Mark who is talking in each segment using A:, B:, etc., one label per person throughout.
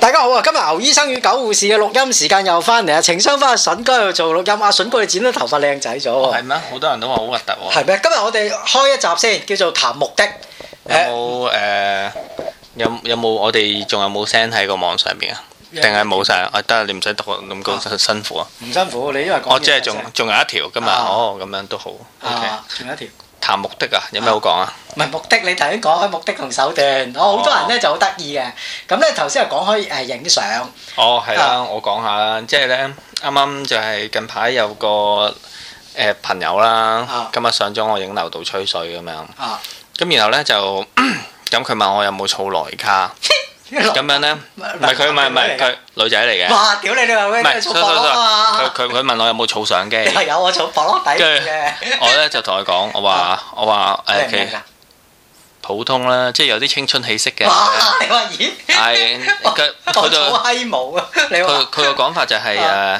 A: 大家好啊！今日牛醫生與狗護士嘅錄音時間又翻嚟啊！情商翻阿筍哥去做錄音，阿筍哥你剪咗頭髮靚仔咗
B: 哦係
A: 喎，
B: 咩？好多人都話好核突喎。
A: 係咩？今日我哋開一集先，叫做談目的。
B: 有冇誒？有有冇我哋仲有冇 send 喺個網上邊啊？定係冇晒？啊得，你唔使讀咁高辛苦啊！
A: 唔辛苦，你因為哦講
B: 我即係仲仲有一條今日
A: 啊
B: 哦，咁樣都好。OK，
A: 啊，仲有一條。
B: 談目的啊，有咩好講啊？
A: 唔係目的，你頭先講開目的同手段，我好多人咧就好得意嘅。咁咧頭先又講開誒影相，
B: 哦，係啦，
A: 啊
B: 我講下啦，即係咧，啱啱就係近排有個誒、呃朋友啦
A: 啊，
B: 今日上咗我影樓度吹水咁樣，
A: 啊
B: 咁然後咧就 咁佢問我有冇儲內卡，
A: 哦
B: 咁樣咧，唔係佢唔係唔係佢女仔嚟 嘅，
A: 哇！屌你你話
B: 唔
A: 咩？
B: 係，
A: 儲博
B: sorry，sorry，
A: 樂啊嘛
B: 佢，佢佢問我有冇 儲相機，
A: 你話有我儲博樂 底
B: 跟住
A: 嘅，
B: 我咧就同佢講，我話我話誒
A: 明唔
B: 其
A: 明
B: 實
A: 啊？
B: 普通啦，即係有啲青春氣息嘅，
A: 哇！你話咦？
B: 係佢
A: 我
B: 佢就。
A: 儲閪毛啊！你
B: 佢
A: 話
B: 佢個講法就係、誒，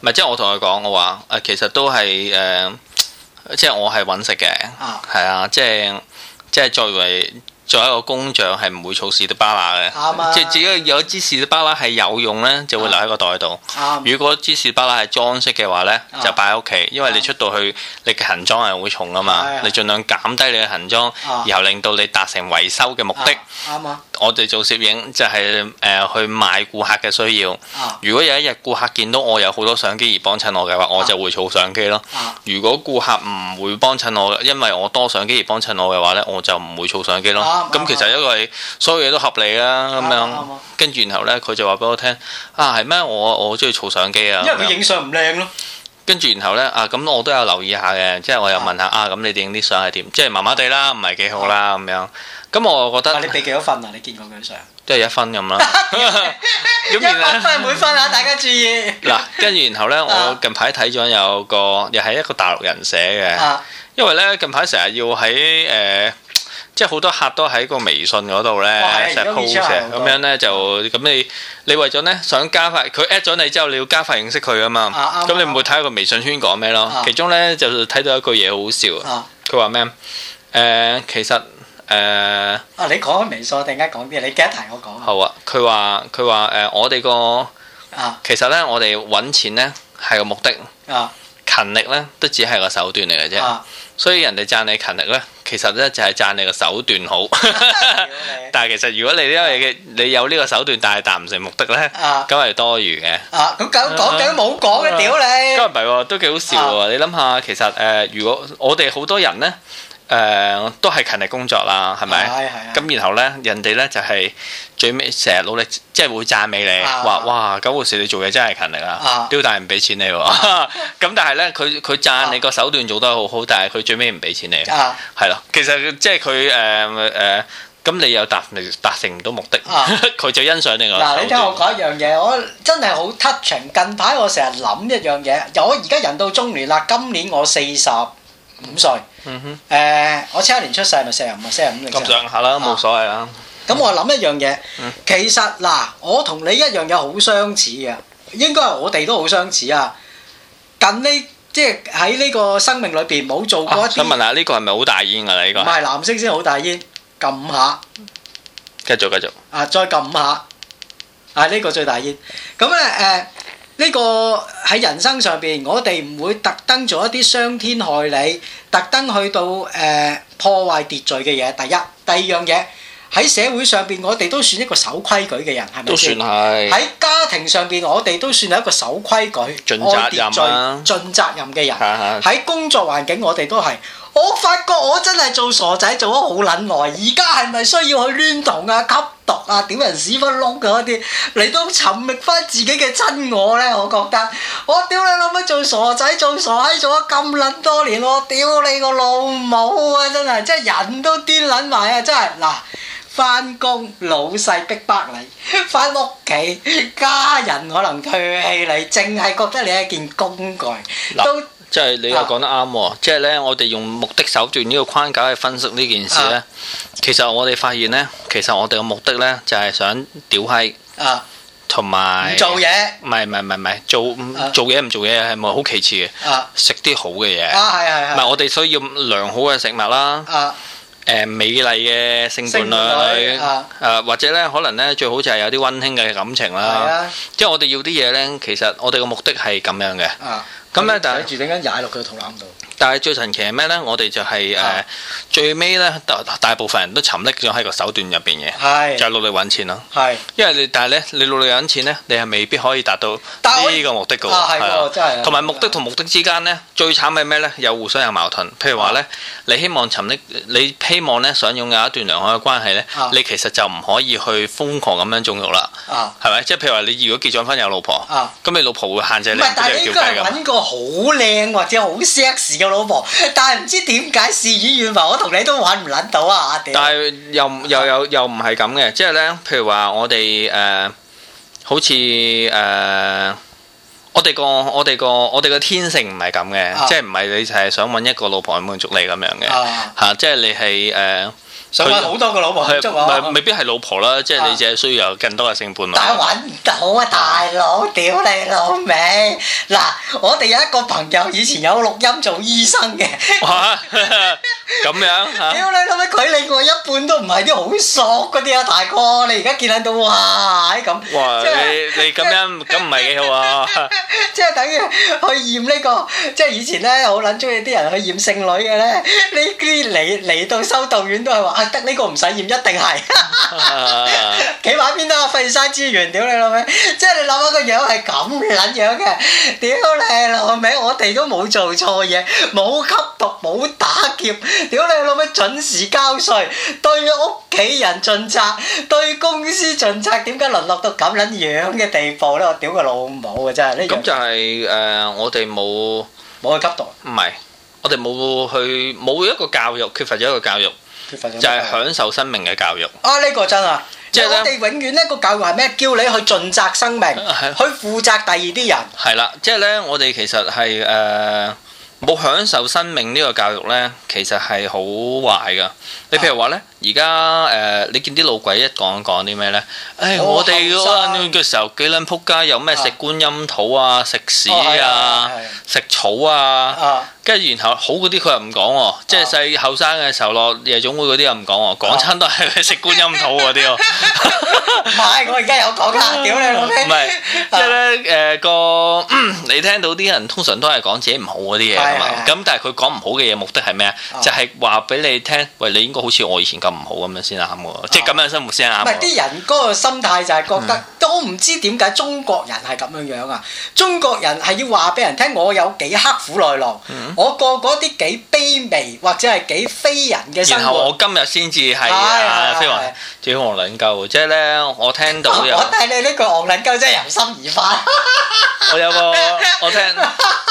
B: 唔係即係我同佢講，我話誒其實都係誒、即係我係揾食嘅，
A: 啊
B: 係啊，即係即係作為作為一個工匠係唔會儲士的巴拿嘅，
A: 啱啊
B: 即係只要有支士的巴拿係有用咧，就會留喺個袋度。
A: 啱
B: 如果支士巴拿係裝飾嘅話咧，
A: 啊
B: 就擺喺屋企，因為你
A: 啊
B: 出到去你嘅行裝係會重噶嘛
A: 係啊，
B: 你盡量減低你嘅行裝，
A: 啊
B: 然後令到你達成維修嘅目的。
A: 啊啱啊
B: 我哋做攝影就係、誒、去賣顧客嘅需要。
A: 啊
B: 如果有一日顧客見到我有好多相機而幫襯我嘅話，我就會儲相機咯。
A: 啊！
B: 如果顧客唔會幫襯我，因為我多相機而幫襯我嘅話呢，我就唔會儲相機咯。
A: 啱
B: 咁
A: 啱
B: 其實因為所有嘢都合理啦，咁
A: 啱啱
B: 樣
A: 啱
B: 跟住然後呢，佢就話俾我聽啊，係咩？我我中意儲相機啊。
A: 因為佢
B: 咁樣
A: 影相唔靚咯，
B: 跟住然後呢，啊，咁我都有留意下嘅，即係我又問下啊，咁你哋影啲相係點？即係麻麻地啦，唔係幾好啦咁樣。咁我覺
A: 哦但
B: 得
A: 係你俾幾多分啊？你見過佢相？
B: 都係一分咁 啦。
A: 一
B: 咁然後
A: 百分係每分啊！大家注意
B: 嗱，跟住然後咧，我
A: 啊
B: 近排睇咗有個又係一個大陸人寫嘅，
A: 啊！
B: 因為咧近排成日要喺誒、呃即係好多客都喺個微信嗰度咧
A: 哇哦係啊
B: 成日
A: 而家
B: post
A: WeChat
B: 嘅
A: 好多
B: 咁樣咧就咁你你為咗咧想加快佢 at 咗你之後，你要加快認識佢啊嘛，
A: 啊啱
B: 咁你
A: 啱
B: 唔會睇下個微信圈講咩咯
A: 啊？
B: 其中咧就睇到一句嘢好笑啊，
A: 啊
B: 佢話咩？誒、其實誒。呃
A: 啊！你講開微信，我突然間講啲，你記得提我講啊
B: 好啊！佢話佢話誒，我哋個
A: 啊
B: 其實咧，我哋揾錢咧係個目的，
A: 啊
B: 勤力咧都只係個手段嚟嘅啫。
A: 啊！
B: 所以人哋讚你勤力咧，其實咧就係讚你個手段好。
A: 屌你
B: 但係其實如果你呢個嘅你有呢個手段，但係達唔成目的咧，
A: 啊
B: 咁係多餘嘅。
A: 啊！咁咁講嘅都冇講嘅，屌
B: 咁又
A: 你！
B: 唔係喎，都幾好笑
A: 啊
B: 喎！你諗下，其實誒、呃如果我哋好多人咧，誒、都係勤力工作啦，係咪？
A: 係係啊
B: 咁然後咧，人哋咧就係最尾成日努力，即係會讚美你，
A: 啊
B: 話哇九護士你做嘢真係勤力啊
A: 啊，
B: 屌但係唔俾錢你喎。 咁但係咧，佢佢讚你個手段做得好好，但係佢最尾唔俾錢你，
A: 啊
B: 係咯。其實即係佢誒誒，咁你又達唔達成唔到目的
A: 啊，
B: 佢就欣賞你個
A: 嗱，
B: 手
A: 你聽我講
B: 段。
A: 一樣嘢，我真係好 touching。近排我成日諗一樣嘢，我而家人到中年啦，今年我四十五歲。
B: 嗯哼，
A: 誒，我七一年出世，咪四十五啊，四十五嚟
B: 咁
A: 啫。
B: 上下啦，冇所謂啦。
A: 咁我諗一樣嘢，其實嗱，我同你一樣有好相似嘅，應該係我哋都好相似啊。近呢，即係喺呢個生命裏邊冇做過
B: 啊
A: 一啲
B: 想問
A: 唔
B: 下呢個係咪好大煙㗎啦？呢個係
A: 係藍色先好大煙，撳下。
B: 繼續繼續。
A: 啊，再撳下，啊呢、個最大煙。咁咧誒，呢、個喺人生上邊，我哋唔會特登做一啲傷天害理，特登去到誒、呃破壞秩序嘅嘢。第一，第二樣嘢喺社會上邊，我哋都算一個守規矩嘅人，係咪
B: 都算
A: 先？
B: 係。
A: 喺家庭上邊，我哋都算係一個守規矩、
B: 盡責任
A: 按
B: 啊
A: 秩序、盡責任嘅人。
B: 嚇嚇
A: 喺工作環境我哋都係，我發覺我真係做傻仔做咗好撚耐，而家係咪需要去攣同啊、吸毒啊、屌人屎忽窿嗰啲嚟到尋覓翻自己嘅真我呢？我覺得我屌你老母做傻仔做傻閪做咗咁撚多年，我屌你個老母啊！真係，真係人都癲撚埋啊！真係嗱。翻工老細逼迫你， 翻屋企家人可能唾棄你，淨係覺得你係一件工具，
B: 嗱
A: 都
B: 即係你又講得啱
A: 啊
B: 喎，即係咧，我哋用目的手段呢個框架去分析呢件事咧
A: 啊，
B: 其實我哋發現咧，其實我哋嘅目的咧就係想屌閪，
A: 啊
B: 同埋
A: 唔做嘢
B: 唔係唔係唔係唔係做唔
A: 啊
B: 做嘢唔做嘢係咪好其次嘅？
A: 啊
B: 食啲好嘅嘢，
A: 啊係係
B: 唔
A: 係
B: 係我哋需要良好嘅食物啦，
A: 啊
B: 誒美麗嘅性伴
A: 性伴侶
B: 侶
A: 啊，
B: 誒或者咧可能咧最好就係有啲温馨嘅感情
A: 啊
B: 啦。即係我哋要啲嘢咧，其實我哋嘅目的係咁樣嘅。
A: 啊，
B: 咁咧但係
A: 睇住突然間踩落佢個肚腩度，
B: 但係最神奇係咩咧？我哋就係、誒、
A: 啊
B: 最尾咧，大大部分人都沉溺咗喺個手段入邊嘅，就
A: 係
B: 係努力揾錢咯。
A: 係，
B: 因為你但係咧，你努力揾錢咧，你係未必可以達到
A: 但係我
B: 呢個目的嘅喎。
A: 啊係
B: 係啊
A: 喎，真係啊，
B: 同埋目的同目的之間呢，最慘係咩呢？有互相有矛盾。譬如話
A: 啊
B: 呢，你希望尋溺，你希望呢想擁有一段良好嘅關係呢
A: 啊，
B: 你其實就唔可以去瘋狂咁樣縱慾啦，
A: 啊
B: 係咪？即係譬如話，你如果結咗婚有老婆，
A: 啊。
B: 咁你老婆會限制
A: 唔
B: 你
A: 係，但係
B: 你
A: 你應該
B: 要計
A: 係
B: 㗎嘛。
A: 揾個好靚或者好 sexy 嘅老婆，但係唔知點解事與願違，我同你都揾唔撚到啊！阿屌
B: 但係又又又又唔係咁嘅，即係呢，譬如話我哋誒、呃好似誒、呃我哋個我哋個我哋個天性唔係咁嘅，
A: 啊
B: 即係唔係你就係想揾一個老婆去滿足你咁樣嘅嚇、
A: 啊！
B: 即係你係誒。呃
A: 想揾好多個老婆慶
B: 係
A: 祝
B: 咪
A: 我，
B: 未必係老婆啦，即係
A: 啊
B: 你只係需要有更多嘅性伴
A: 但係
B: 侶。
A: 揾唔到啊！大佬，屌你老味！嗱，我哋有一個朋友以前有錄音做醫生嘅，
B: 哇，咁樣嚇，
A: 屌你老味，佢另外一半都唔係啲好索嗰啲啊，大哥，你而家見撚到哇咁，
B: 哇！
A: 即係
B: 你你咁樣咁唔係幾好啊？
A: 即係等於去驗呢、個，即係以前咧好撚中意啲人去驗聖女嘅咧，呢啲嚟嚟到修道院都係話啊得呢個唔使驗，一定係 企埋一邊都費事嘥資源，屌你老味！即係你諗下個樣係咁撚樣嘅，屌你老味！我哋都冇做錯嘢，冇吸毒，冇打劫，屌你老味！準時交税，對屋企人盡責，對公司盡責，點解淪落到咁撚樣嘅地步咧？我屌佢老母啊！真係呢樣
B: 咁就係誒，我哋冇唔
A: 冇去吸毒。
B: 係，我哋冇去冇一個教育，缺乏咗一個教育，
A: 缺乏咗
B: 就
A: 乜
B: 係享受生命嘅教育。
A: 啊！呢、個真啊，
B: 即
A: 即
B: 係
A: 係
B: 咧
A: 我哋永遠呢個教育係咩？叫你去盡責生命，
B: 係
A: 去負責第二啲人。
B: 係啦，即係咧，我哋其實係誒冇享受生命呢個教育咧，其實係好壞噶。你譬如話咧，而家誒呃你見啲老鬼一講講啲咩咧？誒
A: 哦
B: 我哋
A: 後
B: 嗰
A: 生
B: 嘅時候幾撚撲街，有咩
A: 啊
B: 食觀音土啊、食屎
A: 哦係
B: 啊
A: 啊係啊、
B: 食草啊，
A: 啊！
B: 跟住然後好嗰啲佢又唔講喎，即係細後生嘅時候落夜總會嗰啲又唔
A: 啊
B: 講喎，講親都係食觀音土嗰啲喎。
A: 唔係，我而家有講
B: 嗯
A: 啦， 屌你老味！啊
B: 唔係，即係咧誒個，嗯你聽到啲人通常都係講自己唔好嗰啲嘢㗎嘛。
A: 係係
B: 咁但係佢講唔好嘅嘢目的係咩啊？
A: 啊
B: 就係話俾你聽，喂，你應該好似我以前咁唔好咁樣先啱喎，即係咁樣生活先啱
A: 啊
B: 啊嗯
A: 唔係
B: 喎。
A: 啲人嗰個心態就係覺得，都唔知點解中國人係咁樣樣啊！中國人係要話俾人聽，我有幾刻苦耐勞，
B: 嗯
A: 我過嗰啲幾卑微或者係幾非人嘅生
B: 然後
A: 活。
B: 我今日先至係
A: 係
B: 啊，
A: 係
B: 飛黃
A: 係
B: 最黃撚鳩，即係咧我聽到 有啊
A: 我睇你呢句戇撚鳩真係由心而發。
B: 我有個我聽，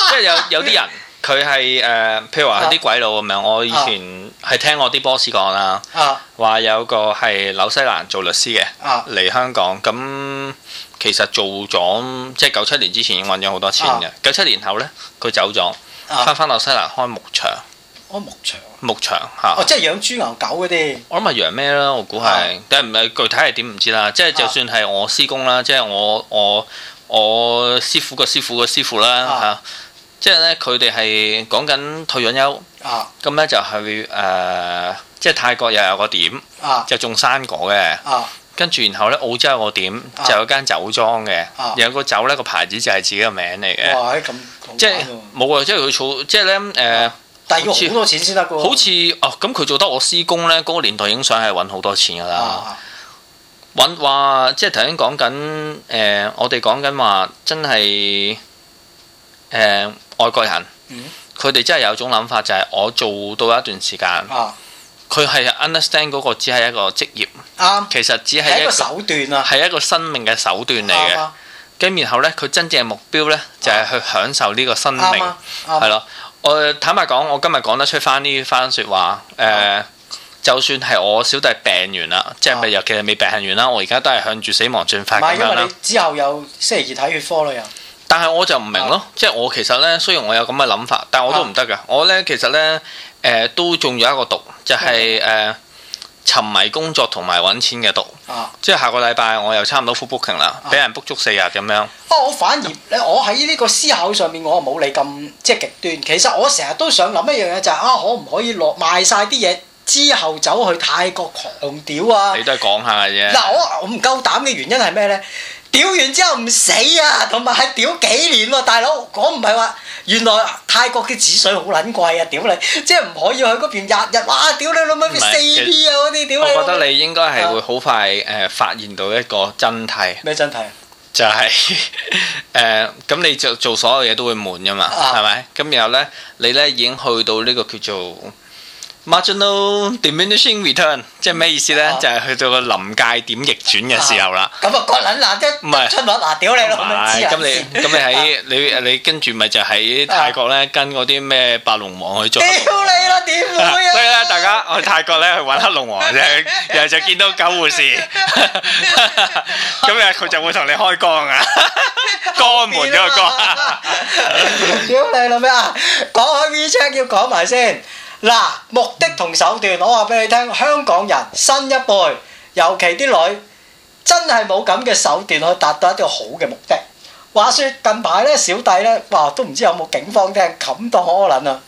B: 即係有有啲人佢係誒，譬如話啲鬼佬咁樣，我以前係聽我啲 boss 講啦。
A: 啊
B: 話有個係紐西蘭做律師嘅
A: 啊
B: 嚟香港，咁其實做咗即係九七年之前已經揾咗好多錢嘅，九七、年後呢，佢走咗，
A: 啊！
B: 翻返紐西蘭開牧場，
A: 我牧場，
B: 牧場嚇。
A: 哦，即係養豬牛狗嗰啲。
B: 我諗係羊咩啦，我估
A: 啊
B: 係，但係唔係具體係點唔知啦。即係就算係我師公啦，即係我我我師傅個師傅個師傅啦
A: 啊
B: 嚇、即係呢，佢哋係講緊退咗休，
A: 啊
B: 咁呢就係、誒、即係泰國又有個點
A: 啊
B: 就種生果嘅。
A: 啊！
B: 跟住然後咧，澳洲有個點
A: 啊
B: 就有間酒莊嘅
A: 啊，
B: 有個酒咧個牌子就係自己個名嚟嘅，
A: 哇！咁好
B: 即係
A: 玩喎
B: 冇啊！即係佢儲，即係咧誒，
A: 但係要好啊多錢先得噶喎。
B: 好似哦咁佢做得我師公咧，嗰個年代影相係揾好多錢㗎啦，
A: 啊
B: 揾話即係頭先講緊誒，我哋講緊話真係誒外國人
A: 嗯，
B: 佢哋真係有種諗法就係我做到一段時間，
A: 啊
B: 佢係 understand 嗰個只係一個職業，
A: 啱，
B: 其實只
A: 啊係
B: 係
A: 一個
B: 一個
A: 手段啊，
B: 係一個生命嘅手段嚟嘅
A: 啱。啊
B: 咁然後咧，佢真正嘅目標咧就係去享受呢個生命，
A: 啱啊
B: 係
A: 啱
B: 咯。我坦白講，我今日講得出翻呢番説話，誒、就算係我小弟病完啦，即係咪
A: 啊
B: 尤其係未病完啦，我而家都係向住死亡進發
A: 唔
B: 咁
A: 係因
B: 樣
A: 為
B: 啦
A: 你。之後有星期二睇血科啦又，
B: 但係我就唔明
A: 啊
B: 咯，即係我其實咧，雖然我有咁嘅諗法，但我都唔得㗎。我咧其實咧，誒、都中咗一個毒，就係、誒、
A: 嗯
B: 沉迷工作同埋揾錢嘅毒。
A: 啊！
B: 即係下個禮拜我又差唔多 full booking 啦，
A: 啊
B: 俾人 book 足四日咁樣。
A: 啊！我反而咧，我喺呢個思考上面，我冇你咁即係極端。其實我成日都想諗一樣嘢，就係、啊，可唔可以落賣晒啲嘢之後走去泰國狂屌啊！
B: 你都係講下嘅啫。
A: 嗱，我我唔夠膽嘅原因係咩咧？屌完之後唔死啊，同埋係屌幾年喎、大佬！我唔係話原來泰國嘅紙水好撚貴啊，屌你！即係唔可以去嗰邊日日哇！屌你老
B: 唔
A: 味
B: 係
A: 四
B: 其實
A: P 啊嗰啲，屌你！
B: 我覺得你應該係
A: 啊
B: 會好快誒、呃、發現到一個真諦，
A: 咩真啊睇？
B: 就係 誒咁你就做所有嘢都會悶噶嘛，
A: 啊
B: 係咪、咁然後咧，你咧已經去到呢個叫做 marginal diminishing return，即係咩意思咧？
A: 啊
B: 就係去到個臨界點逆轉
A: Ờ.
B: 嘅時候啦。
A: 咁啊，割撚爛啫！
B: 唔係
A: 出嚟嗱，屌你
B: 唔
A: 老味黐
B: 係咁
A: 撚線
B: 你咁你喺你你跟住咪就喺泰國咧跟嗰啲咩白龍王 去做。
A: 屌你啦，點
B: 啊 所
A: 會啊！
B: 以咧，大 家去泰國咧去揾黑龍王 啫，然後就見到九 護士，咁啊佢就會同你開光 啊，江門嗰個光。
A: 屌你老味啊！講開 WeChat 要講埋先。嗱，目的同手段，我話俾你聽，香港人新一輩，尤其啲女，真係冇咁嘅手段去達到一啲好嘅目的。話說近排咧，小弟咧，哇，都唔知有冇警方聽，冚到我可撚啊！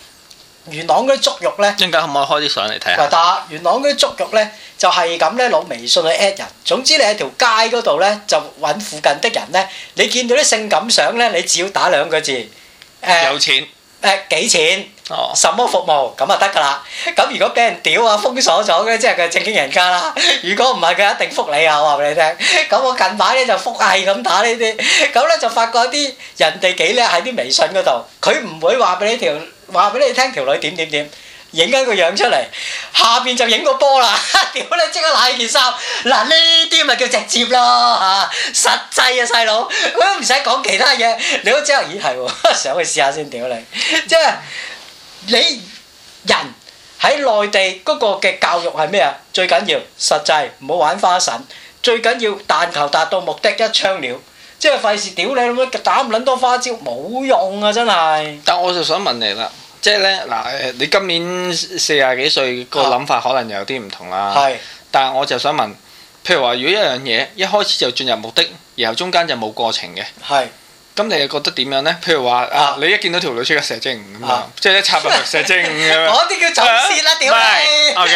A: 元朗嗰啲足浴咧。
B: 一 陣間可唔可以開啲相嚟睇
A: 嗱，
B: 下？
A: 但元朗嗰啲足浴咧就係咁咧攞微信去 at 人，總之你喺條街嗰度咧就揾附近的人咧，你見到啲性感相咧，你只要打兩個字，誒、
B: 有錢
A: 誒幾錢，
B: 哦，
A: 什麼服務咁啊得㗎啦。咁如果俾人屌啊封鎖咗咧，即係佢係正經人家啦。如果唔係佢一定覆你啊，我話俾你聽。咁我近排咧就覆係咁打呢啲，咁咧就發覺啲人哋幾叻喺啲微信嗰度，佢唔會話俾你條話俾你聽條女點點點。影緊個樣出嚟，下邊就影個波 啦！屌你，即刻攋件衫。嗱呢啲咪叫直接咯嚇、實際啊細佬，佢都唔使講其他嘢，你都知道咦係喎，上去試下先屌你，即係你人喺內地嗰個嘅教育係咩啊？最緊要實際，唔好玩花神，最緊要但求達到目的一槍了，即係費事屌你咁樣打咁撚多花招冇用啊！真係
B: 但我就想問你啦，即係咧嗱誒，你今年四廿幾歲個
A: 啊
B: 諗法可能有啲唔同啦。
A: 係
B: 但係我就想問，譬如話，如果一樣嘢一開始就進入目的，然後中間就冇過程嘅。
A: 係
B: 咁你又覺得點樣咧？譬如話啊
A: 啊，
B: 你一見到條女出嘅射精咁樣
A: 啊，
B: 即係一插入去射精 咁樣。
A: 嗰啲叫走線啦， 屌你！
B: O K，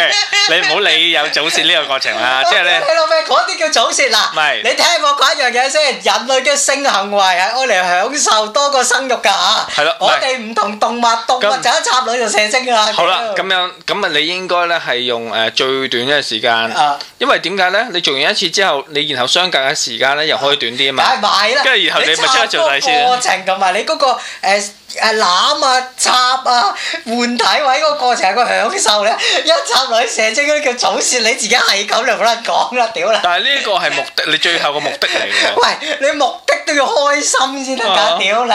B: 你唔 好理有早泄呢個過程啦，即係咧
A: 你老味，嗰啲叫早泄
B: 唔
A: 嗱
B: 係。
A: 你聽我講一樣嘢先，人類嘅性行為係愛嚟享受多過生育㗎嚇。
B: 係咯唔係
A: 我哋唔同動物，動物
B: 咁
A: 就一插女就射精㗎啦。
B: 好啦，咁樣咁啊，你應該咧係用誒最短嘅時間，
A: 啊，
B: 因為點解咧？你做完一次之後，你然後相隔嘅時間咧又可以短啲啊
A: 梗
B: 嘛
A: 係。買啦。
B: 跟住然後你咪即刻做第二
A: 你
B: 次
A: 插嗰個過程同埋你嗰個誒誒攬啊、插啊、換體位嗰個過程係個享受咧，一插女射精嗰啲叫早泄，你自己係咁就冇得講啦，屌啦！
B: 但係呢個係目的，你最後個目的 嚟嘅喎，
A: 喂，你目的都要開心先得
B: 啊
A: 㗎，屌你！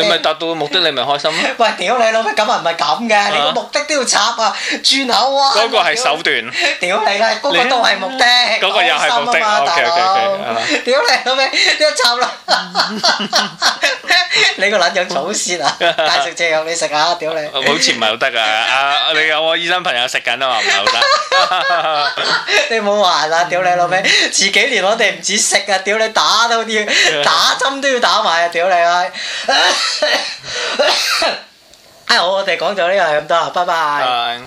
B: 你咪達到目的，你咪開心 咯。
A: 喂，屌你老味，咁啊唔係咁嘅，你
B: 啊
A: 個目的都要插啊，轉口啊。
B: 嗰個係手 段。
A: 屌你啦，嗰個
B: 你
A: 都係目的，
B: 嗰個又係目的
A: 開心啊嘛，大
B: OK，OK，OK，
A: 佬
B: 啊。
A: 屌你老味，一插 啦！你個撚樣草屑啊！大食借有你食啊！屌你！
B: 好似唔係好得啊！啊，你有我醫生朋友食緊啊嘛，唔係好得。
A: 你冇玩啦！屌你老味，前幾年我哋唔止食啊，屌你打都要打針都要打埋啊！屌你啊！ 哎，好，我哋講咗呢個係咁多啦，拜拜。
B: 但